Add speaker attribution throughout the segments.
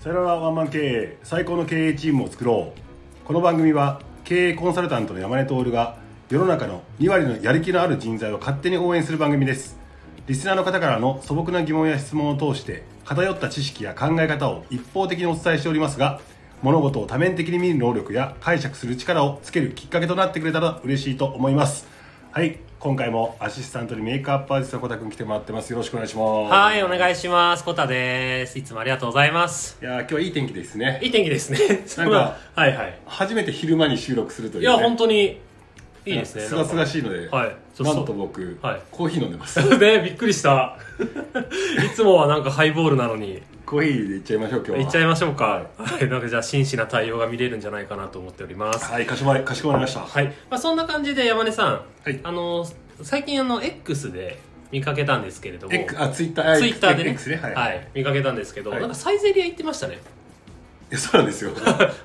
Speaker 1: さよならワンマン経営最高の経営チームを作ろうこの番組は経営コンサルタントの山根徹が世の中の2割のやる気のある人材を勝手に応援する番組ですリスナーの方からの素朴な疑問や質問を通して偏った知識や考え方を一方的にお伝えしておりますが物事を多面的に見る能力や解釈する力をつけるきっかけとなってくれたら嬉しいと思いますはい今回もアシスタントにメイクアップアーティストのコタくん来てもらってますよろしくお願いします
Speaker 2: はい、お願いします。コタです。いつもありがとうございます。
Speaker 1: いやー今日はいい天気ですね
Speaker 2: いい天気ですね。
Speaker 1: なんか
Speaker 2: はいはい。
Speaker 1: 初めて昼間に収録するという、
Speaker 2: い
Speaker 1: ね、
Speaker 2: や、本当に、いいですね。
Speaker 1: すがすがしいので、
Speaker 2: はいそう
Speaker 1: な
Speaker 2: そうん
Speaker 1: と僕、
Speaker 2: はい
Speaker 1: コーヒー飲んでます
Speaker 2: なんかね、びっくりした。 いつもはなんかハイボールなのに、
Speaker 1: コーヒーでいっちゃいましょう今日はい
Speaker 2: っちゃいましょうか。はい、なんかじゃあ真摯な対応が見れるんじゃないかなと思っております。
Speaker 1: はいかしこまりかしこまりました
Speaker 2: はい。まあそんな感じで山根さん、
Speaker 1: はい
Speaker 2: あの、最近あの、X で見かけたんですけれども、
Speaker 1: エック
Speaker 2: ツ
Speaker 1: あツイッター
Speaker 2: イッターでね
Speaker 1: X ねはい、、
Speaker 2: はいい、見かけたんですけど、
Speaker 1: はい
Speaker 2: なんかサイゼリア行ってましたね。
Speaker 1: やそうなんですよ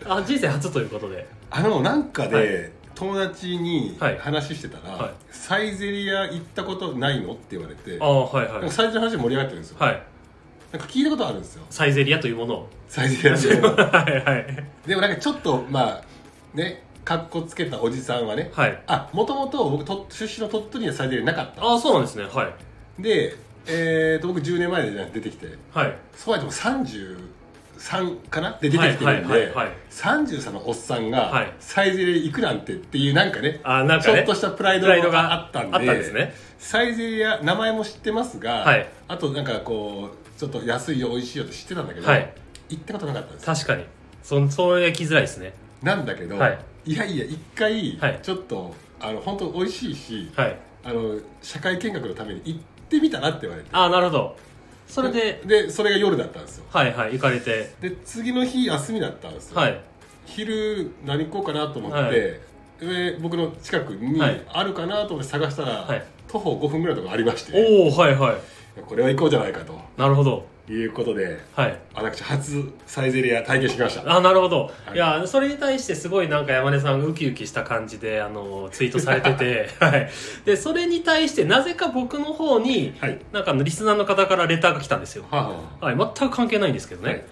Speaker 2: あ、人生初ということで。
Speaker 1: あのなんかで、
Speaker 2: はい
Speaker 1: 友達に
Speaker 2: はい
Speaker 1: 話してたら、
Speaker 2: はい
Speaker 1: サイゼリア行ったことないのって言われて
Speaker 2: ああ、はいは
Speaker 1: なん
Speaker 2: い
Speaker 1: か。サイゼリアの話盛り上がってるんですよ、
Speaker 2: はい。
Speaker 1: なんか聞いたことあるんですよ
Speaker 2: サイゼリアというものを。
Speaker 1: サイゼリアで
Speaker 2: はいはい。
Speaker 1: でもなんかちょっとまあねかっこつけたおじさんはね、
Speaker 2: はい。
Speaker 1: あもともと僕と出身の鳥取にはサイゼリアなかった
Speaker 2: ああ、そうなんですね。はい。
Speaker 1: で、えー、と僕10年前で出てきて
Speaker 2: はい。
Speaker 1: そうやっても33かなで出てきてるん
Speaker 2: はいはい
Speaker 1: で
Speaker 2: はいはい
Speaker 1: 33のおっさん
Speaker 2: は
Speaker 1: が
Speaker 2: い
Speaker 1: サイゼリア行くなんてっていうなんかね
Speaker 2: あーなんかね
Speaker 1: ちょっとしたプライド
Speaker 2: プライドが
Speaker 1: があったんで
Speaker 2: あったんですね
Speaker 1: サイゼリア名前も知ってますが、
Speaker 2: はい
Speaker 1: あとなんかこうちょっと安いよ美味しいよって知ってたんだけど、
Speaker 2: はい
Speaker 1: 行ったことなかったんですよ
Speaker 2: 確かに。そ、それきづらいですね。
Speaker 1: なんだけど、
Speaker 2: はいい、
Speaker 1: やいや一回
Speaker 2: はい
Speaker 1: ちょっと、あの本当美味しいし、
Speaker 2: はい。
Speaker 1: あの社会見学のために行ってみたらって言われて
Speaker 2: ああ、なるほど。それで、
Speaker 1: でそれが夜だったんですよ
Speaker 2: はいはい、行かれて。
Speaker 1: で次の日休みだったんですよ、
Speaker 2: はい。
Speaker 1: 昼何行こうかなと思って、
Speaker 2: はい
Speaker 1: で僕の近くに
Speaker 2: はい
Speaker 1: あるかなと思って探したら、
Speaker 2: はい
Speaker 1: 徒歩5分ぐらいのところありまして
Speaker 2: おおはいはい。
Speaker 1: これは行こうじゃないかと
Speaker 2: なるほど。
Speaker 1: いうことで
Speaker 2: はい。
Speaker 1: 私初サイゼリア体験してきました
Speaker 2: あーなるほど、
Speaker 1: はい
Speaker 2: い、やそれに対してすごいなんか山根さんがウキウキした感じであのツイートされて て、はい、でそれに対してなぜか僕の方に、
Speaker 1: はい
Speaker 2: なんかあのリスナーの方からレターが来たんですよ、
Speaker 1: はあは
Speaker 2: はい、全く関係ないんですけどね、
Speaker 1: はい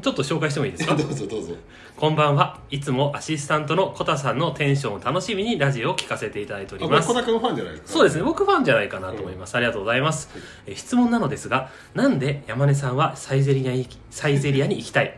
Speaker 2: ちょっと紹介してもいいです
Speaker 1: あ
Speaker 2: か
Speaker 1: どうぞどうぞ
Speaker 2: こんばんは。いつもアシスタントのコタさんのテンションを楽しみにラジオを聞かせていただいてお
Speaker 1: あ
Speaker 2: り
Speaker 1: これ
Speaker 2: ま
Speaker 1: 小
Speaker 2: す。
Speaker 1: 田君ファンじゃないですか
Speaker 2: そうですね。僕ファンじゃないかなと思います。ありがとうございます。え質問なのですが、なんで山根さんはサイゼリアに行きサイゼリアに行きたい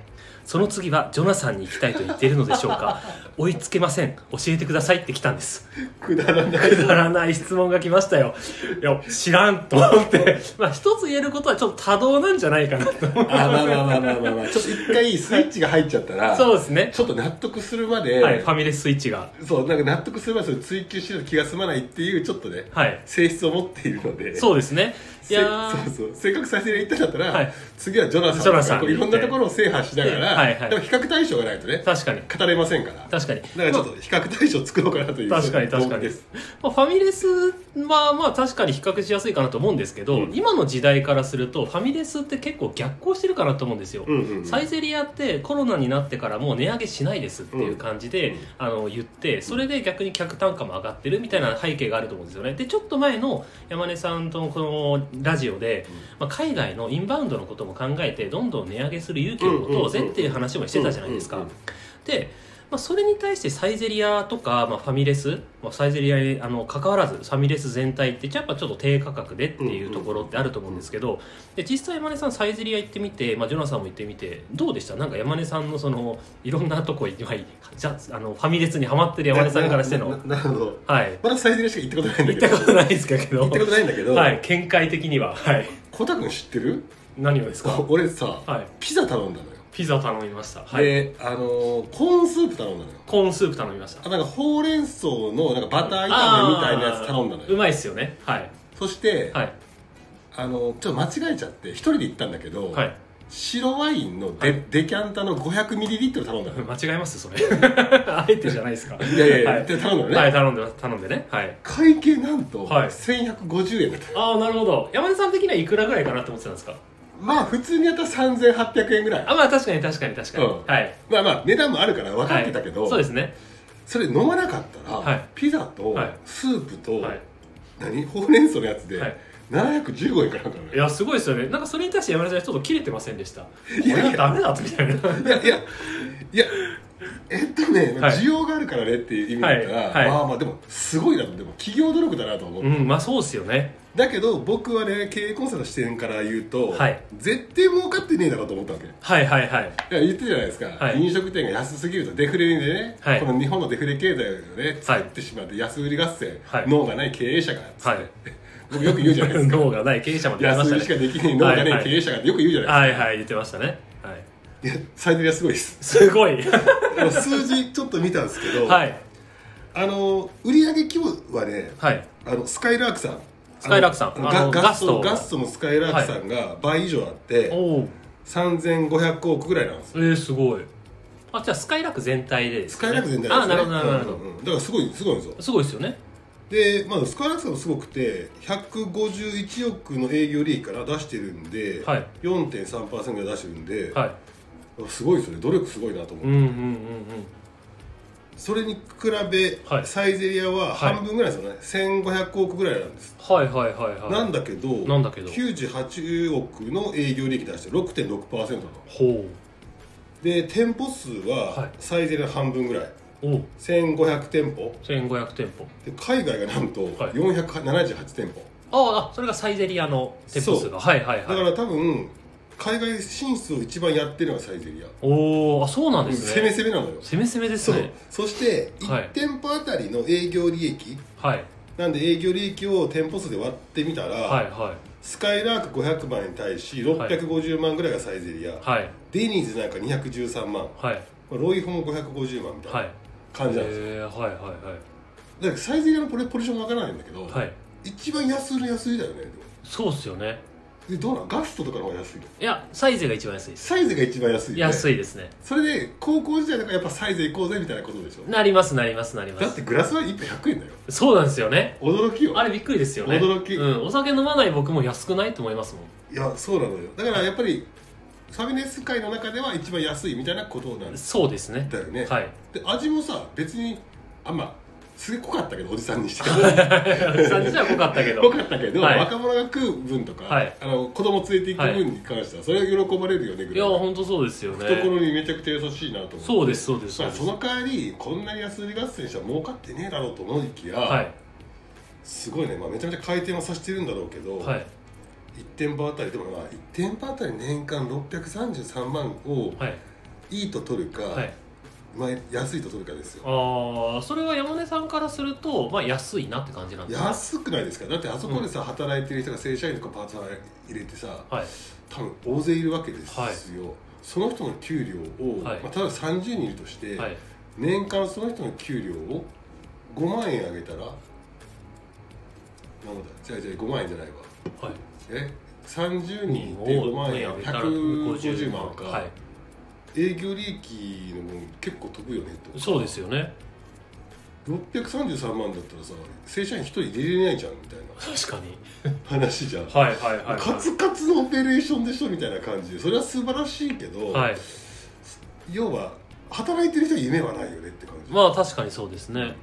Speaker 2: その次はジョナサンに行きたいと言っているのでしょう か追いつけません。教えてくださいって来たんです。
Speaker 1: くだらない
Speaker 2: くだらない質問が来ましたよ。いや、知らんと思って。まあ一つ言えることはちょっと多動なんじゃないかなと思う。
Speaker 1: あまあまあまあまあまあ、まあ、ちょっと一回スイッチが入っちゃったら
Speaker 2: そうですね。
Speaker 1: ちょっと納得するまで、
Speaker 2: はい、ファミレススイッチが。
Speaker 1: そうなんか納得するまでそれ追求しないと気が済まないっていうちょっとね、
Speaker 2: はい。
Speaker 1: 性質を持っているので
Speaker 2: そうですね。い
Speaker 1: せ
Speaker 2: や
Speaker 1: そ
Speaker 2: ー
Speaker 1: うそうせっかく再生で行ったんだったら、
Speaker 2: はい
Speaker 1: 次はジョナサン
Speaker 2: ジョナサン
Speaker 1: こういろんなところを制覇しながら、
Speaker 2: はいはい
Speaker 1: でも比較対象がないとね
Speaker 2: 確かに。
Speaker 1: 語れませんから
Speaker 2: 確かに。
Speaker 1: だからちょっと比較対象作ろうかなという
Speaker 2: 確かに
Speaker 1: そういう
Speaker 2: 確かに
Speaker 1: 動機です。
Speaker 2: まあ、ファミレスはまあ確かに比較しやすいかなと思うんですけど、
Speaker 1: うん
Speaker 2: 今の時代からするとファミレスって結構逆行してるかなと思うんですよ。
Speaker 1: うんうんうん
Speaker 2: サイゼリアってコロナになってからもう値上げしないですっていう感じで、
Speaker 1: うん
Speaker 2: あの言ってそれで逆に客単価も上がってるみたいな背景があると思うんですよねでちょっと前の山根さんとのこのラジオで、まあ、海外のインバウンドのことも考えてどんどん値上げする勇気を持とうぜっていう話もしてたじゃないです
Speaker 1: うんう
Speaker 2: か
Speaker 1: んうん。
Speaker 2: でまあ、それに対してサイゼリアとか、まあ、ファミレス、まあ、サイゼリアにあの関わらずファミレス全体ってやっぱちょっと低価格でっていうところってあると思うんですけどで実際山根さんサイゼリア行ってみて、まあ、ジョナサンも行ってみてどうでしたなんか山根さんのそのいろんなとこ今じゃあのファミレスにハマってる山根さんからして
Speaker 1: な
Speaker 2: の
Speaker 1: ななるほど
Speaker 2: はい
Speaker 1: まだサイゼリアしか行ったことないんだけ
Speaker 2: 行った
Speaker 1: ど
Speaker 2: ことないですけど
Speaker 1: 行ったことないんだけど、
Speaker 2: はい見解的にははい
Speaker 1: コタ君知ってる
Speaker 2: 何をですか
Speaker 1: お俺さ、
Speaker 2: はい
Speaker 1: ピザ頼んだのよ、
Speaker 2: ピザ頼みましたはい
Speaker 1: であのーコーンスープ頼んだのよ
Speaker 2: コーンスープ頼みました
Speaker 1: あなんかほうれん草のなんかバター炒
Speaker 2: あ
Speaker 1: め
Speaker 2: ー
Speaker 1: みたいなやつ頼んだの
Speaker 2: う
Speaker 1: よ
Speaker 2: まいっすよねはい
Speaker 1: そして、
Speaker 2: はい
Speaker 1: あのーちょっと間違えちゃって一人で行ったんだけど、
Speaker 2: はい
Speaker 1: 白ワインのデ,、
Speaker 2: はい
Speaker 1: デキャンタの 500ml 頼んだの
Speaker 2: 間違えます それあえてじゃないですか
Speaker 1: いやいやいや、
Speaker 2: は
Speaker 1: で頼んだのね、
Speaker 2: はい頼んでます頼んでねはい
Speaker 1: 会計なんと
Speaker 2: はい
Speaker 1: 1150円だった、
Speaker 2: ああなるほど山根さん的にはいくらぐらいかなと思ってたんですか
Speaker 1: まあ普通にやったら3800円ぐらい
Speaker 2: あまあ確かに確かに確かに、
Speaker 1: うん
Speaker 2: はい
Speaker 1: まあまあ値段もあるから分かってたけど、
Speaker 2: はいそうですね
Speaker 1: それ飲まなかったら、
Speaker 2: はい
Speaker 1: ピザと
Speaker 2: はい
Speaker 1: スープと、
Speaker 2: はい
Speaker 1: 何ほうれん草のやつで、
Speaker 2: はい
Speaker 1: 715円かなんかね
Speaker 2: いやすごいですよねなんかそれに対して山根さんちょっと切れてませんでしたこれはダメだみたいな
Speaker 1: いやいやいやえっとね、
Speaker 2: はい
Speaker 1: 需要があるからねっていう意味だったら、
Speaker 2: はいはい
Speaker 1: まあまあでもすごいなとでも企業努力だなと思う、
Speaker 2: うんまあそうですよね
Speaker 1: だけど僕はね経営コンサルの視点から言うと、
Speaker 2: はい
Speaker 1: 絶対儲かってねえだろうと思ったわけ
Speaker 2: はいはいはい
Speaker 1: いや言ってたじゃないですか、
Speaker 2: はい
Speaker 1: 飲食店が安すぎるとデフレでね、
Speaker 2: はい
Speaker 1: この日本のデフレ経済をね作ってしまって安売り合戦、
Speaker 2: はい
Speaker 1: 脳がない経営者が、
Speaker 2: はい
Speaker 1: 僕よく言うじゃない ですか
Speaker 2: 脳がない経営者まで言いま
Speaker 1: 安売り
Speaker 2: し
Speaker 1: したか
Speaker 2: ね
Speaker 1: できない脳が
Speaker 2: はい
Speaker 1: な
Speaker 2: はい
Speaker 1: い経営者がってよく言うじゃない
Speaker 2: はいはい言ってましたねはい
Speaker 1: ですか、いや最大はすごいです
Speaker 2: すごい
Speaker 1: あの数字ちょっと見たんですけど、
Speaker 2: はい
Speaker 1: あの売上規模はね
Speaker 2: はい
Speaker 1: あのスカイラークさん
Speaker 2: スカイラークさん
Speaker 1: あの
Speaker 2: あの
Speaker 1: ガ
Speaker 2: ガ
Speaker 1: ガ
Speaker 2: ス
Speaker 1: ス
Speaker 2: ト
Speaker 1: トガストのスカイラークさんが倍以上あって、
Speaker 2: おお
Speaker 1: 3500億ぐらいなんです
Speaker 2: えー、すごいあじゃあスカイラーク全体でです
Speaker 1: ス
Speaker 2: ね、
Speaker 1: カイラーク全体
Speaker 2: あーなるほどなるほどなるほど、
Speaker 1: うんうんうんだからすごいすごいんですよ
Speaker 2: すごいですよね
Speaker 1: で、まあ、スカイラークさんもすごくて151億の営業利益から出してるんで、
Speaker 2: はい
Speaker 1: 4.3%ぐらい出してるんで、
Speaker 2: はい
Speaker 1: すごいですよね努力すごいなと思う、
Speaker 2: うんうんうんうん
Speaker 1: それに比べ、
Speaker 2: はい
Speaker 1: サイゼリアは半分ぐらいですよね、1500億ぐらいなんです、
Speaker 2: はいはいはいはい
Speaker 1: なんだけど
Speaker 2: なんだけど
Speaker 1: 98億の営業利益出して6.6%だと
Speaker 2: ほ
Speaker 1: で店舗数
Speaker 2: はい
Speaker 1: はサイゼリアの半分ぐらい、
Speaker 2: うおう
Speaker 1: 1500店舗
Speaker 2: 1500店舗
Speaker 1: で海外がなんと
Speaker 2: はい
Speaker 1: 478店舗、
Speaker 2: ああそれがサイゼリアの店舗数がはいはい
Speaker 1: だか
Speaker 2: はい
Speaker 1: ら多分海外進出を一番やってるのがサイゼリア
Speaker 2: おおあそうなんです
Speaker 1: 攻め
Speaker 2: ね
Speaker 1: 攻めなのよ
Speaker 2: 攻め攻めです
Speaker 1: そう、
Speaker 2: ね
Speaker 1: そして
Speaker 2: は
Speaker 1: 1
Speaker 2: い
Speaker 1: 店舗あたりの営業利益
Speaker 2: はい
Speaker 1: なんで営業利益を店舗数で割ってみたら、
Speaker 2: はいは
Speaker 1: スカイラーク500万に対し650万ぐらいがサイゼリア、
Speaker 2: いはい
Speaker 1: デニーズなんか213万
Speaker 2: はい
Speaker 1: ロイホも550万みたい
Speaker 2: は
Speaker 1: ない感じなんですよ、
Speaker 2: えー、はいはい
Speaker 1: だからサイゼリアのポレポジションわからないんだけど、
Speaker 2: はいはい
Speaker 1: 一番安売り安売りだよねでも
Speaker 2: そうっすよね
Speaker 1: でどうなんガストとかの方が安いの
Speaker 2: いやサイゼが一番安いです
Speaker 1: サイゼが一番安いよね
Speaker 2: 安いですね
Speaker 1: それで高校時代だからやっぱサイズ行こうぜみたいなことでしょ
Speaker 2: なりますなりますなりま
Speaker 1: だっ
Speaker 2: す
Speaker 1: てグラスワイン1杯100円だよ
Speaker 2: そうなんですよね
Speaker 1: 驚きよ
Speaker 2: あれびっくりですよね
Speaker 1: 驚き
Speaker 2: うん、お酒飲まない僕も安くないと思いますもん
Speaker 1: いやそうなのよだからやっぱりファミレス界の中では一番安いみたいなことなんだ
Speaker 2: そうですね
Speaker 1: よね、
Speaker 2: はい
Speaker 1: で味もさ別にあんますげえ濃かったけどおじさんにして
Speaker 2: 3時は濃かったけど
Speaker 1: 濃かったけど、
Speaker 2: はい
Speaker 1: 若者が食う分とか、
Speaker 2: はい
Speaker 1: あの子供連れて行く分に関してはそれは喜ばれるよねぐ
Speaker 2: いや
Speaker 1: らい
Speaker 2: 本当そうですよね
Speaker 1: 懐にめちゃくちゃ優しいなと思う
Speaker 2: そうですそうですそう
Speaker 1: まあ
Speaker 2: です
Speaker 1: その代わりこんなに安売り合戦したら儲かってねえだろうと思いきや、
Speaker 2: はい
Speaker 1: すごいね、まあ、めちゃめちゃ回転はさせてるんだろうけど、
Speaker 2: はい
Speaker 1: 1店舗あたりでもまあ1店舗あたり年間633万を
Speaker 2: はい
Speaker 1: いいと取るか、
Speaker 2: はい
Speaker 1: まあ、安いと取るかですよ
Speaker 2: ああそれは山根さんからするとまあ安いなって感じなんですね
Speaker 1: 安くないですかだってあそこでさ、働いてる人が正社員とかパートナー入れてさ
Speaker 2: はい
Speaker 1: 多分大勢いるわけですよ、
Speaker 2: はい
Speaker 1: その人の給料を、
Speaker 2: はい
Speaker 1: まあ、ただ30人いるとして、
Speaker 2: はい
Speaker 1: 年間その人の給料を5万円あげたらなんだじゃあじゃあ5万円じゃないわ
Speaker 2: はい
Speaker 1: え30人で5万円150万か、
Speaker 2: はい
Speaker 1: 営業利益の分結構飛ぶよねと
Speaker 2: そうですよね
Speaker 1: 633万だったらさ正社員1人入れれないじゃんみたいな
Speaker 2: 確かに
Speaker 1: 話じゃん、
Speaker 2: はいはいはい
Speaker 1: カツカツのオペレーションでしょみたいな感じでそれは素晴らしいけど、
Speaker 2: はい
Speaker 1: 要は働いてる人は夢はないよねって感じ、
Speaker 2: まあ確かにそうですね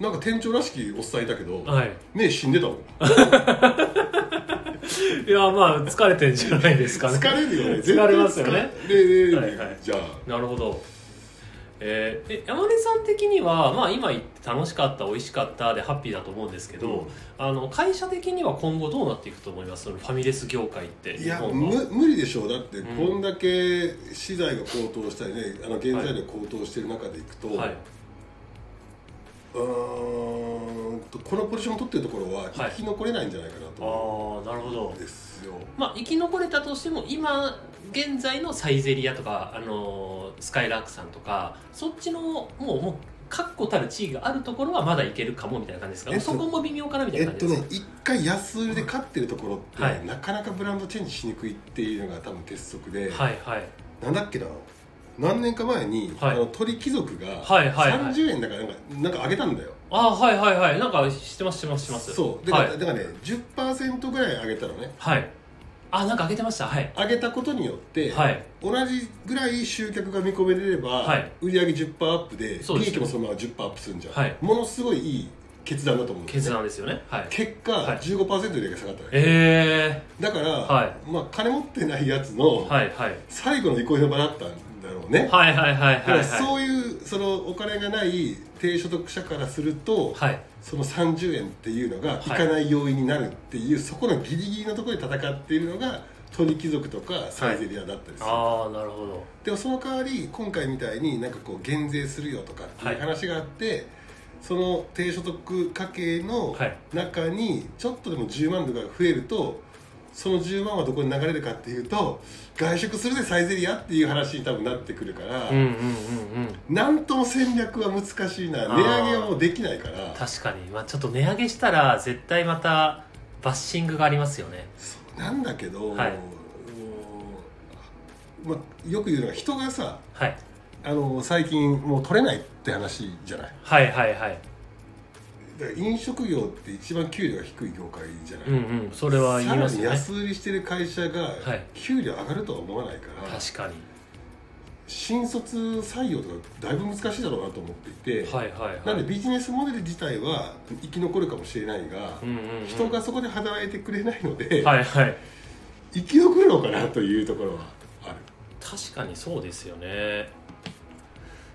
Speaker 1: なんか店長らしきおっさんいたけど、
Speaker 2: はい
Speaker 1: 目死んでたもん
Speaker 2: いやまあ疲れてんじゃないですかね
Speaker 1: 疲れるよね
Speaker 2: 疲れますよね
Speaker 1: 絶対疲れる
Speaker 2: はいはい
Speaker 1: じゃあ
Speaker 2: なるほどえーえ山根さん的には、まあ、今言って楽しかった美味しかったでハッピーだと思うんですけど、
Speaker 1: うん
Speaker 2: あの会社的には今後どうなっていくと思いますそのファミレス業界って
Speaker 1: いや
Speaker 2: は
Speaker 1: む無理でしょうだって
Speaker 2: うん
Speaker 1: こんだけ資材が高騰したりね、あの原材料高騰してる中でいくと、
Speaker 2: はいう
Speaker 1: ーんとこのポジション取ってるところは
Speaker 2: はい
Speaker 1: 生き残れないんじゃないかなと
Speaker 2: あ
Speaker 1: 思
Speaker 2: あなるほど
Speaker 1: うんですよ、
Speaker 2: まあ生き残れたとしても今現在のサイゼリアとか、あのースカイラークさんとかそっちのもうもう確固たる地位があるところはまだいけるかもみたいな感じですか、
Speaker 1: えっと
Speaker 2: そこも微妙かなみたい
Speaker 1: え
Speaker 2: な
Speaker 1: っ
Speaker 2: 感
Speaker 1: と
Speaker 2: じです
Speaker 1: ね
Speaker 2: か、
Speaker 1: 一回安売りで勝ってるところって、
Speaker 2: はい
Speaker 1: なかなかブランドチェンジしにくいっていうのが多分鉄則で、
Speaker 2: はいはい
Speaker 1: なんだっけな何年か前に、
Speaker 2: はい
Speaker 1: あの鳥貴族が
Speaker 2: はいはいはい
Speaker 1: 30円だからなんかなんか上げたんだよ、
Speaker 2: ああはいはいはいなんかしてますしてますしてます
Speaker 1: そうで、
Speaker 2: は
Speaker 1: だ
Speaker 2: い
Speaker 1: からね10%ぐらい上げたのね
Speaker 2: はい。あ、なんか開けてました。はい。
Speaker 1: 上げたことによって、
Speaker 2: はい。
Speaker 1: 同じぐらい集客が見込めれれば、
Speaker 2: はい
Speaker 1: 売上10%アップで
Speaker 2: そうで
Speaker 1: 利
Speaker 2: す
Speaker 1: 益もそのまま10%アップするんじゃん、
Speaker 2: はい
Speaker 1: ものすごいいい決断だと思うんです
Speaker 2: 決
Speaker 1: よね
Speaker 2: 断ですよねはい
Speaker 1: 結果、
Speaker 2: はい
Speaker 1: 15%売り上げ下がったのね
Speaker 2: え
Speaker 1: だから、
Speaker 2: は
Speaker 1: まあ、金持ってないやつの
Speaker 2: ー、はいはい
Speaker 1: 最後の憩いの場だったんだろうね、
Speaker 2: はいはいはい
Speaker 1: だ
Speaker 2: は
Speaker 1: か
Speaker 2: い
Speaker 1: ら
Speaker 2: は
Speaker 1: そういうそのお金がない低所得者からすると、
Speaker 2: いはい
Speaker 1: その30円っていうのが
Speaker 2: はい
Speaker 1: いかない要因になるっていう、そこのギリギリのところで戦っているのが鳥貴族とかサイゼリアだったりする、
Speaker 2: ああなるほど
Speaker 1: でもその代わり今回みたいになんかこう減税するよとかっていう話があって、その低所得家計の
Speaker 2: はい
Speaker 1: 中にちょっとでも10万とかが増えるとその10万はどこに流れるかっていうと外食するでサイゼリアっていう話に多分なってくるから、
Speaker 2: うんうんうんうん
Speaker 1: なんとも戦略は難しいな
Speaker 2: あー
Speaker 1: 値上げはもうできないから
Speaker 2: 確かに、まあ、ちょっと値上げしたら絶対またバッシングがありますよね
Speaker 1: そうなんだけど、
Speaker 2: はい
Speaker 1: もうまあ、よく言うのが人がさ
Speaker 2: はい、
Speaker 1: あの最近もう取れないって話じゃない
Speaker 2: はいはいはい
Speaker 1: だから飲食業って一番給料が低い業界じゃない、
Speaker 2: うんうんそれは言いますよね
Speaker 1: さらに安売りしてる会社が
Speaker 2: はい
Speaker 1: 給料上がるとは思わないから、
Speaker 2: 確か
Speaker 1: 新卒採用とかだいぶ難しいだろうなと思っていて、
Speaker 2: にはいはいはい
Speaker 1: なのでビジネスモデル自体は生き残るかもしれないが、
Speaker 2: うんうんうん、
Speaker 1: 人がそこで働いてくれないので、
Speaker 2: はいはい
Speaker 1: 生き残るのかなというところはある
Speaker 2: 確かにそうですよね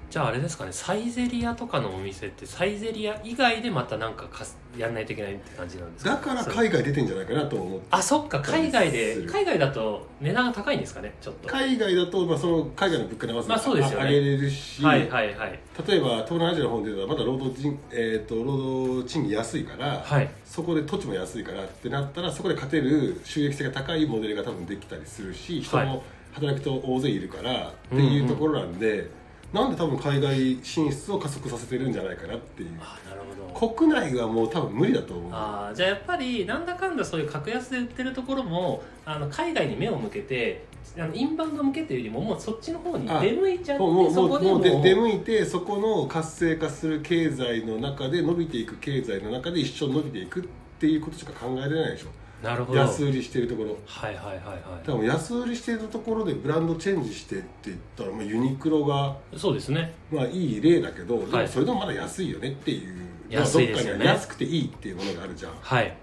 Speaker 2: じゃああれですかねサイゼリアとかのお店ってサイゼリア以外でまたなんかかすやんないといけないって感じなんですか
Speaker 1: だから
Speaker 2: そう
Speaker 1: 海外出てんじゃないかなと思って
Speaker 2: あそっか海外
Speaker 1: す
Speaker 2: で
Speaker 1: る
Speaker 2: 海外だと値段が高いんですかねちょっと
Speaker 1: 海外だと、まあ、その海外の物価に合わせて、
Speaker 2: まあそうですよね
Speaker 1: あ上げれるし、
Speaker 2: はいはいはい
Speaker 1: 例えば東南アジアの方ではまだ労働人、えー、と労働賃金安いから、
Speaker 2: はい
Speaker 1: そこで土地も安いからってなったらそこで勝てる収益性が高いモデルが多分できたりするし人
Speaker 2: はい
Speaker 1: も働く人大勢いるからっていうところなんで、なんで多分海外進出を加速させてるんじゃないかなっていう
Speaker 2: あなるほど
Speaker 1: 国内はもう多分無理だと思う
Speaker 2: あーじゃあやっぱりなんだかんだそういう格安で売ってるところもあの海外に目を向けてあのインバウンド向けっていうよりももうそっちの方に
Speaker 1: あ
Speaker 2: 出向いちゃって
Speaker 1: もうもう
Speaker 2: そ
Speaker 1: も
Speaker 2: こ
Speaker 1: う
Speaker 2: でも
Speaker 1: もうで出向いてそこの活性化する経済の中で伸びていく経済の中で一生伸びていくっていうことしか考えられないでしょ
Speaker 2: なるほどはい
Speaker 1: 安売りしてるところ
Speaker 2: はいはいは
Speaker 1: 多分安売りしてるところでブランドチェンジしてって言ったら、まあ、ユニクロが
Speaker 2: いそうですね
Speaker 1: まあいい例だけど、で
Speaker 2: は
Speaker 1: も
Speaker 2: い
Speaker 1: それでもまだ安いよねっていう
Speaker 2: 安いですよね
Speaker 1: どっかには安くていいっていうものがあるじゃんだか
Speaker 2: はい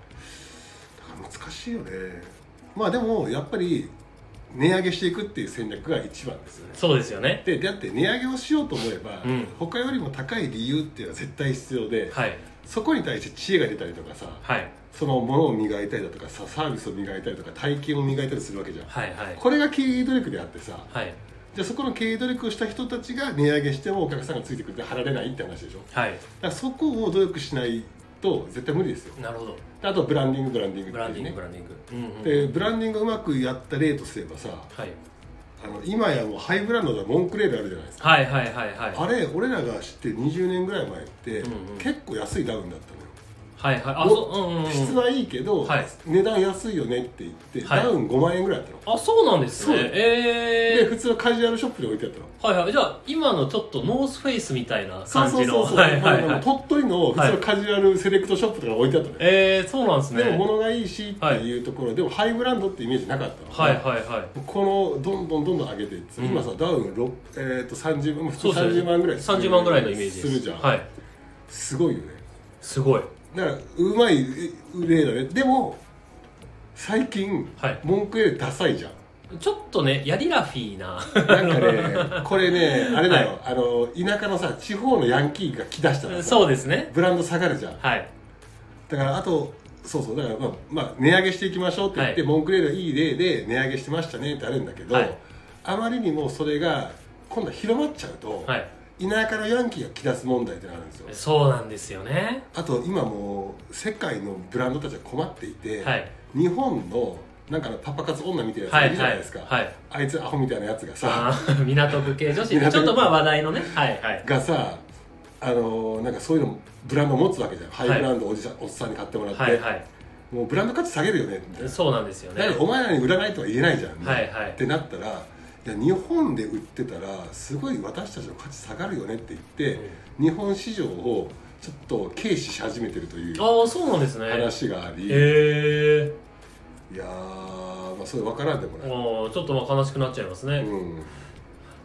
Speaker 1: ら難しいよねまあでもやっぱり値上げしていくっていう戦略が一番ですよね
Speaker 2: そうですよね
Speaker 1: でだって値上げをしようと思えば、
Speaker 2: うん
Speaker 1: 他よりも高い理由っていうのは絶対必要で、
Speaker 2: はい
Speaker 1: そこに対して知恵が出たりとかさ
Speaker 2: はい
Speaker 1: そのものを磨いたりだとかさサービスを磨いたりとか体験を磨いたりするわけじゃん
Speaker 2: はいはい
Speaker 1: これが経営努力であってさ
Speaker 2: はい
Speaker 1: じゃあそこの経営努力をした人たちが値上げしてもお客さんがついてくれて払えないって話でしょだ
Speaker 2: はい
Speaker 1: からそこを努力しないと絶対無理ですよ
Speaker 2: なるほど
Speaker 1: であとはブランディングブランディング
Speaker 2: ブラ
Speaker 1: っ
Speaker 2: ン
Speaker 1: て
Speaker 2: デ
Speaker 1: い
Speaker 2: ィ
Speaker 1: うね
Speaker 2: ングブランディングうんうん
Speaker 1: でブランディングがうまくやった例とすればさ
Speaker 2: はい
Speaker 1: あの今やもうハイブランドだモンクレールあるじゃないですか
Speaker 2: はいはいはいはい
Speaker 1: あれ俺らが知って20年ぐらい前って、
Speaker 2: うんうん
Speaker 1: 結構安いダウンだったのよ
Speaker 2: はいはいあそううんうんうん
Speaker 1: 質はいいけど、
Speaker 2: はい
Speaker 1: 値段安いよねって言って、
Speaker 2: はい
Speaker 1: ダウン5万円ぐらいだったの、
Speaker 2: あそうなんです
Speaker 1: そう
Speaker 2: ねえ
Speaker 1: で
Speaker 2: え
Speaker 1: 普通のカジュアルショップで置いてあったの
Speaker 2: はいはいじゃあ今のちょっとノースフェイスみたいな
Speaker 1: そう
Speaker 2: 感
Speaker 1: そう
Speaker 2: じ
Speaker 1: そ
Speaker 2: の
Speaker 1: うそう、
Speaker 2: はいはい
Speaker 1: まあ
Speaker 2: は
Speaker 1: まあ
Speaker 2: い
Speaker 1: 鳥取の普通のカジュアルセレクトショップとか置いてあったのよ、
Speaker 2: えー、そうなんですね
Speaker 1: でも物がいいしっていうところ、でもハイブランドってイメージなかったの、
Speaker 2: はいはいはい
Speaker 1: このどんどんどんどん上げていって、
Speaker 2: うん
Speaker 1: 今さダウン、ろえー、と30万普通
Speaker 2: そうで
Speaker 1: 30
Speaker 2: すね
Speaker 1: 万ぐらいする
Speaker 2: 30万ぐらいのイメージで
Speaker 1: す
Speaker 2: す
Speaker 1: るじゃん、
Speaker 2: はい
Speaker 1: すごいよね
Speaker 2: すごい
Speaker 1: だからうまい例だねでも最近、
Speaker 2: はい
Speaker 1: 文句よりダサいじゃん
Speaker 2: ちょっとねやりラフ ィーな
Speaker 1: なんか ね、これね、あれだよ、あの田舎のさ、地方のヤンキーが来だしたらさ、
Speaker 2: そうですね
Speaker 1: ブランド下がるじゃん。
Speaker 2: はい
Speaker 1: だから、あと、そうそう、だから、まあ、まあ、値上げしていきましょうって言って、
Speaker 2: はい
Speaker 1: 文句レールいい例で値上げしてましたねってあるんだけど、
Speaker 2: はい
Speaker 1: あまりにもそれが、今度は広まっちゃうと、
Speaker 2: はい
Speaker 1: 田舎のヤンキーが来だす問題ってのがあるんですよ。
Speaker 2: そうなんですよね
Speaker 1: あと、今もう、世界のブランドたちは困っていて、
Speaker 2: はい
Speaker 1: 日本の、なんかあのパパ活女みたいなやつ
Speaker 2: は
Speaker 1: がい
Speaker 2: い
Speaker 1: るじゃ
Speaker 2: は
Speaker 1: ない
Speaker 2: い
Speaker 1: ですか。
Speaker 2: はい
Speaker 1: あいつアホみたいなやつがさ、
Speaker 2: あー 港区系女子ちょ
Speaker 1: 港
Speaker 2: っ
Speaker 1: 区
Speaker 2: とまあ話題のねはいはい
Speaker 1: がさあのーなんかそういうのブランド持つわけじゃん、ハイブランドをおじさんおっさんに買ってもらって、
Speaker 2: はいはい
Speaker 1: もうブランド価値下げるよねみたいな
Speaker 2: そうなんですよね
Speaker 1: だけどお前らに売らないとは言えないじゃん、
Speaker 2: はいはい
Speaker 1: ってなったらいや日本で売ってたらすごい私たちの価値下がるよねって言って、日本市場をちょっと軽視し始めてるという
Speaker 2: ああそうなんですね
Speaker 1: 話があり、
Speaker 2: え
Speaker 1: いやー、まあ、それ分からんでも
Speaker 2: え
Speaker 1: ない、
Speaker 2: ー、もうちょっとまあ悲しくなっちゃいますね、
Speaker 1: うん、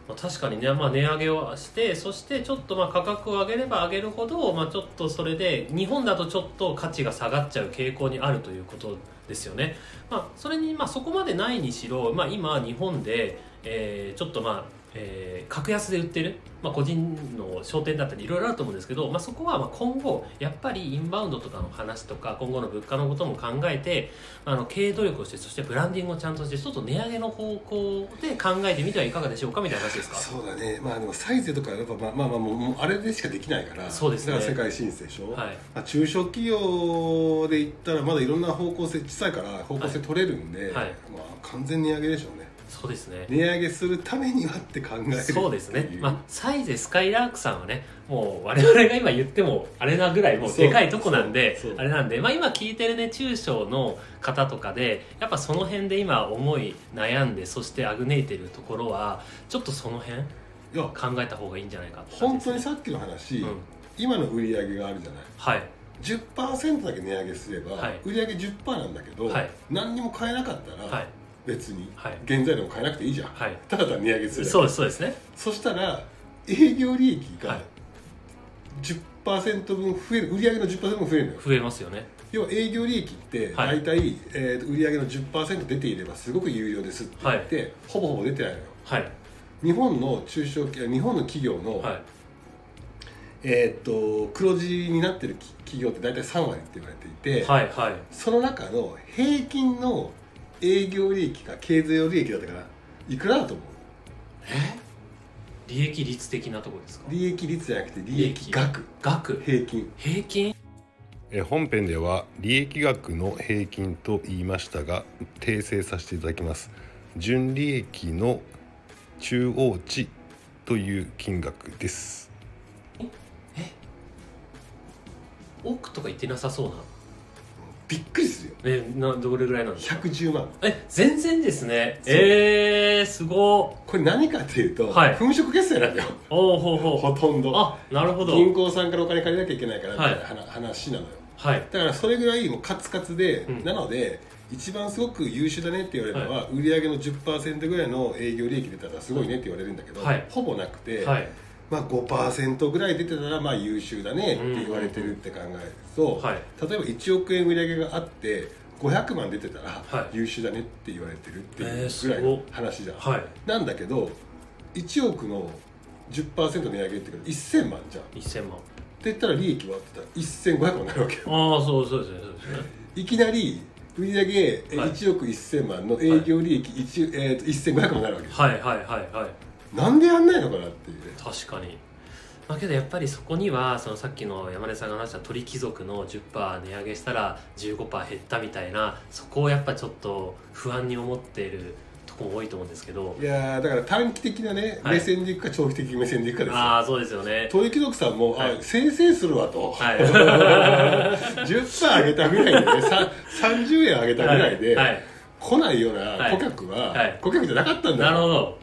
Speaker 2: まあ、確かにね、まあ、値上げをしてそしてちょっとまあ価格を上げれば上げるほど、まあ、ちょっとそれで日本だとちょっと価値が下がっちゃう傾向にあるということですよね、まあ、それにまあそこまでないにしろ、まあ、今日本で、えーちょっとまあえー格安で売ってる、まあ、個人の商店だったりいろいろあると思うんですけど、まあ、そこはまあ今後やっぱりインバウンドとかの話とか今後の物価のことも考えてあの経営努力をしてそしてブランディングをちゃんとしてちょっと値上げの方向で考えてみてはいかがでしょうかみたいな話ですか
Speaker 1: そうだねまあでもサイズとかやっぱまあまあまあもうもうあれでしかできないから
Speaker 2: そうですね
Speaker 1: だから世界進出でしょ、
Speaker 2: はい
Speaker 1: まあ、中小企業で言ったらまだいろんな方向性小さいから方向性取れるんで、
Speaker 2: はい
Speaker 1: まあ、完全値上げでしょうね
Speaker 2: そうですね
Speaker 1: 値上げするためにはって考えるってい
Speaker 2: そうですね、まあ
Speaker 1: ま、
Speaker 2: サイゼスカイラークさんはねもう我々が今言ってもあれなぐらいもうでかいとこなんで
Speaker 1: そうそうそう
Speaker 2: あれなんで、まあ、今聞いてるね中小の方とかでやっぱその辺で今思い悩んでそしてあぐねいてるところはちょっとその辺
Speaker 1: いや
Speaker 2: 考えた方がいいんじゃないかって感
Speaker 1: 本
Speaker 2: じ
Speaker 1: 当
Speaker 2: で
Speaker 1: に
Speaker 2: すね
Speaker 1: さっきの話、
Speaker 2: うん
Speaker 1: 今の売り上げがあるじゃない
Speaker 2: はい
Speaker 1: 10%だけ値上げすれば、
Speaker 2: はい
Speaker 1: 売り上げ10%なんだけど、
Speaker 2: はい
Speaker 1: 何にも買えなかったら、
Speaker 2: はい
Speaker 1: 別に、
Speaker 2: はい
Speaker 1: 現在でも買えなくていいじゃん、
Speaker 2: はい
Speaker 1: ただただ値上げすれば
Speaker 2: そうですそうですね
Speaker 1: そしたら営業利益
Speaker 2: は
Speaker 1: が
Speaker 2: い
Speaker 1: 10%分増える売上の10%分増えるのよ
Speaker 2: 増えますよね
Speaker 1: 要は営業利益って
Speaker 2: はい
Speaker 1: 大体、えーと売上の10%出ていればすごく有料ですって言って、ほぼほぼ出てないのよ
Speaker 2: はい
Speaker 1: 日本の中小企業日本の企業の、
Speaker 2: はい
Speaker 1: えー、と黒字になってる企業って大体3割って言われていて、
Speaker 2: はいはい
Speaker 1: その中の平均の営業利益か経済利益だったからいくらだと思う
Speaker 2: 利益率的なところですか
Speaker 1: 利益率じゃなくて利益額
Speaker 2: 額
Speaker 1: 平均
Speaker 2: 平均
Speaker 3: えー本編では利益額の平均と言いましたが訂正させていただきます純利益の中央値という金額です
Speaker 2: 億とか言ってなさそうな
Speaker 1: びっくりするよ
Speaker 2: えなどれぐらいなんですか
Speaker 1: 110万
Speaker 2: え全然ですね
Speaker 1: そう
Speaker 2: えー、すご
Speaker 1: これ何かっていうと、
Speaker 2: はい
Speaker 1: 粉飾決済なんだよ
Speaker 2: おおほうほ
Speaker 1: ほとん
Speaker 2: う
Speaker 1: ど
Speaker 2: あなるほど
Speaker 1: 銀行さんからお金借りなきゃいけないからみたいな話,、なのよ
Speaker 2: はい
Speaker 1: だからそれぐらいもうカツカツで、
Speaker 2: うん
Speaker 1: なので一番すごく優秀だねって言われるのは、売上の10%ぐらいの営業利益出たらすごいねって言われるんだけど、
Speaker 2: はい
Speaker 1: ほぼなくて、
Speaker 2: はい
Speaker 1: まあ、5%ぐらい出てたらまあ優秀だねって言われてるって考えると、
Speaker 2: はい
Speaker 1: 例えば1億円売り上げがあって500万出てたら
Speaker 2: はい
Speaker 1: 優秀だねって言われてるって
Speaker 2: え
Speaker 1: い
Speaker 2: ー
Speaker 1: う
Speaker 2: す
Speaker 1: ぐ
Speaker 2: ご
Speaker 1: らい
Speaker 2: っ
Speaker 1: の話じゃん、
Speaker 2: はい
Speaker 1: なんだけど1億の10%値上げっていうから1000万じゃんって
Speaker 2: 1000万
Speaker 1: 言ったら利益はって言ったら1500万になるわけよ
Speaker 2: ああそうそうですねそうですね
Speaker 1: いきなり売り上げ
Speaker 2: はい
Speaker 1: 1億1000万の営業利益1、えーと1500万になるわけです
Speaker 2: はいはいはいはい
Speaker 1: なんでやんないのかなっていうね
Speaker 2: 確かにまあけどやっぱりそこにはそのさっきの山根さんが話した鳥貴族の10%値上げしたら15%減ったみたいなそこをやっぱちょっと不安に思っているとこも多いと思うんですけど
Speaker 1: いやーだから短期的なね、
Speaker 2: はい
Speaker 1: 目線でいくか長期的目線でいくかですよ
Speaker 2: ああそうですよね
Speaker 1: 鳥貴族さんも、
Speaker 2: はい
Speaker 1: あ先生するわと、
Speaker 2: はい
Speaker 1: 10%上げたぐらいでねさ30円上げたぐらいで、
Speaker 2: はいはい
Speaker 1: 来ないよう
Speaker 2: は
Speaker 1: ない顧客は、
Speaker 2: はい
Speaker 1: 顧客じゃなかったんだ
Speaker 2: なるほど。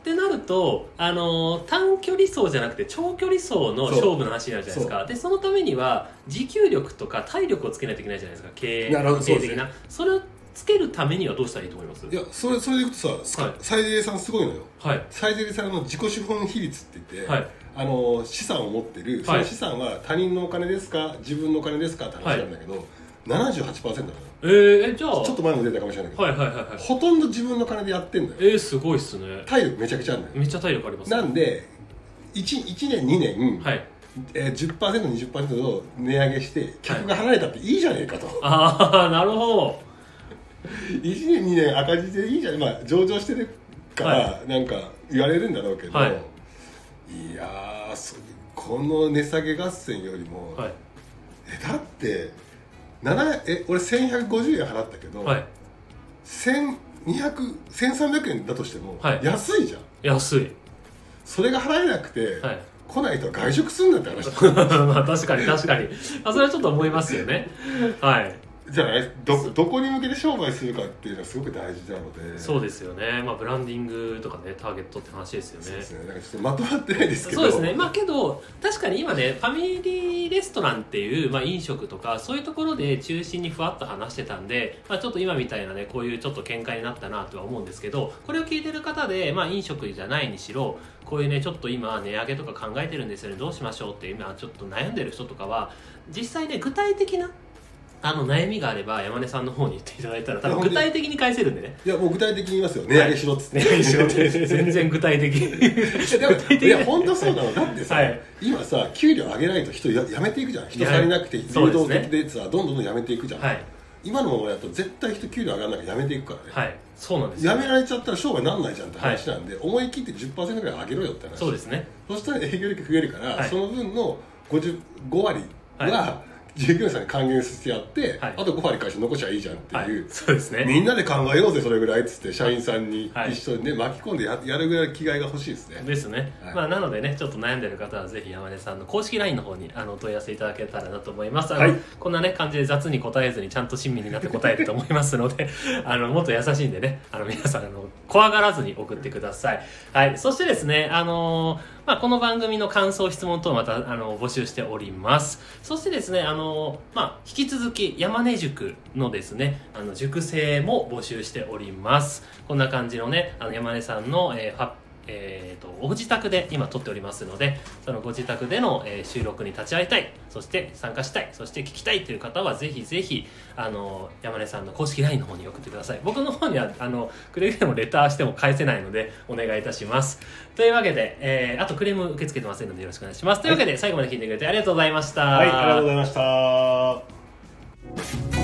Speaker 2: ってなると、あのー短距離走じゃなくて長距離走の勝負の話になるじゃないですかでそのためには持久力とか体力をつけないといけないじゃないですか経営
Speaker 1: なるほど
Speaker 2: 経営
Speaker 1: そうで
Speaker 2: 的
Speaker 1: す
Speaker 2: なそ,、れをつけるためにはどうしたらいいと思います
Speaker 1: いやそれそれでいくとさ、す
Speaker 2: はい
Speaker 1: サイゼリヤさんすごいのよ
Speaker 2: はい
Speaker 1: サイゼリヤさんの自己資本比率って言って、
Speaker 2: はい
Speaker 1: あの資産を持ってる、その資産は他人のお金ですか自分のお金ですかって話なんだけど、78%なのよ
Speaker 2: えー、えじゃあ
Speaker 1: ちょっと前も出たかもしれないけど、
Speaker 2: はいはいはいはい
Speaker 1: ほとんど自分の金でやってんだよ
Speaker 2: えー、すごいっすね
Speaker 1: 体力めちゃくちゃあるのよ
Speaker 2: めっちゃ体力ありますね
Speaker 1: なんで 1, 1年2年、
Speaker 2: はい
Speaker 1: えー、10%20% を値上げして客が離れたっていいじゃねえかと、
Speaker 2: ああ なるほ
Speaker 1: 1年2年赤字でいいじゃねまあ上場してるから、なんか言われるんだろうけど、
Speaker 2: はい
Speaker 1: い、やーそこの値下げ合戦よりも、
Speaker 2: どはい
Speaker 1: えだって7え俺1150円払ったけど、
Speaker 2: はい
Speaker 1: 12001300円だとしても、
Speaker 2: はい
Speaker 1: 安いじゃん
Speaker 2: 安い
Speaker 1: それが払えなくて、
Speaker 2: はい
Speaker 1: 来ないと外食すんだって話
Speaker 2: まあ確かに確かにあそれはちょっと思いますよねはい
Speaker 1: じゃないどどこに向けて商売するかっていうのはすごく大事なので
Speaker 2: そう
Speaker 1: で
Speaker 2: ですよね、まあ、ブランディングとかねターゲットって話ですよ
Speaker 1: そう
Speaker 2: ね
Speaker 1: ですねなんかちょっとまとまってないですけど
Speaker 2: そうですねまあけど確かに今ねファミリーレストランっていう、まあ、飲食とかそういうところで中心にふわっと話してたんで、まあ、ちょっと今みたいなねこういうちょっと見解になったなとは思うんですけどこれを聞いてる方で、まあ、飲食じゃないにしろこういうねちょっと今値上げとか考えてるんですよねどうしましょうって今ちょっと悩んでる人とかは実際ね具体的なあの悩みがあれば山根さんの方に言っていただいたら多分具体的に返せるんでね
Speaker 1: いやもう具体的に言いますよ値上げしろっつって、
Speaker 2: 値上げしろって 全然具体的
Speaker 1: いやでも
Speaker 2: 的
Speaker 1: いや本当そうなのだってさ、
Speaker 2: はい
Speaker 1: 今さ給料上げないと人ややめていくじゃん人
Speaker 2: いや
Speaker 1: 足りなくて
Speaker 2: そう
Speaker 1: 流
Speaker 2: で
Speaker 1: 動
Speaker 2: すね
Speaker 1: 的でさどんどんどんやめていくじゃん、
Speaker 2: はい
Speaker 1: 今のままだと絶対人給料上がらないからやめていくからね、
Speaker 2: はいそうなんですよ
Speaker 1: やめられちゃったら商売なんないじゃんって話なんで、思い切って10%ぐらい上げろよって話
Speaker 2: そうですね
Speaker 1: そしたら営業力増えるから、
Speaker 2: はい
Speaker 1: その分の50 5割
Speaker 2: は
Speaker 1: は従業員さんに還元させてやって、
Speaker 2: はい
Speaker 1: あと5割会社残しゃいいじゃんって、
Speaker 2: はいいうそうですね
Speaker 1: みんなで考えようぜそれぐらいっつって社員さんに
Speaker 2: はい
Speaker 1: 一緒に、ね巻き込んでややるぐらいの気概が欲しいですね、
Speaker 2: ですね、
Speaker 1: はい
Speaker 2: まあなのでねちょっと悩んでる方はぜひ山根さんの公式 LINE の方にあのお問い合わせいただけたらなと思いますあの、
Speaker 1: はい
Speaker 2: こんなね感じで雑に答えずにちゃんと親身になって答えると思います のであのもっと優しいんでねあの皆さんあの怖がらずに送ってくださいはいそしてですねあのーまあこの番組の感想質問等またあの募集しておりますそしてですねあのーまあ引き続き山根塾のですねあの塾生も募集しておりますこんな感じのねあの山根さんの、えー、発えー、とご自宅で今撮っておりますのでそのご自宅での、えー収録に立ち会いたいそして参加したいそして聞きたいという方はぜひぜひあの山根さんの公式 LINE の方に送ってください僕の方にはあのくれぐれもレターしても返せないのでお願いいたしますというわけで、えーあとクレーム受け付けてませんのでよろしくお願いしますというわけで最後まで聞いてくれてありがとうございました、
Speaker 1: はいありがとうございました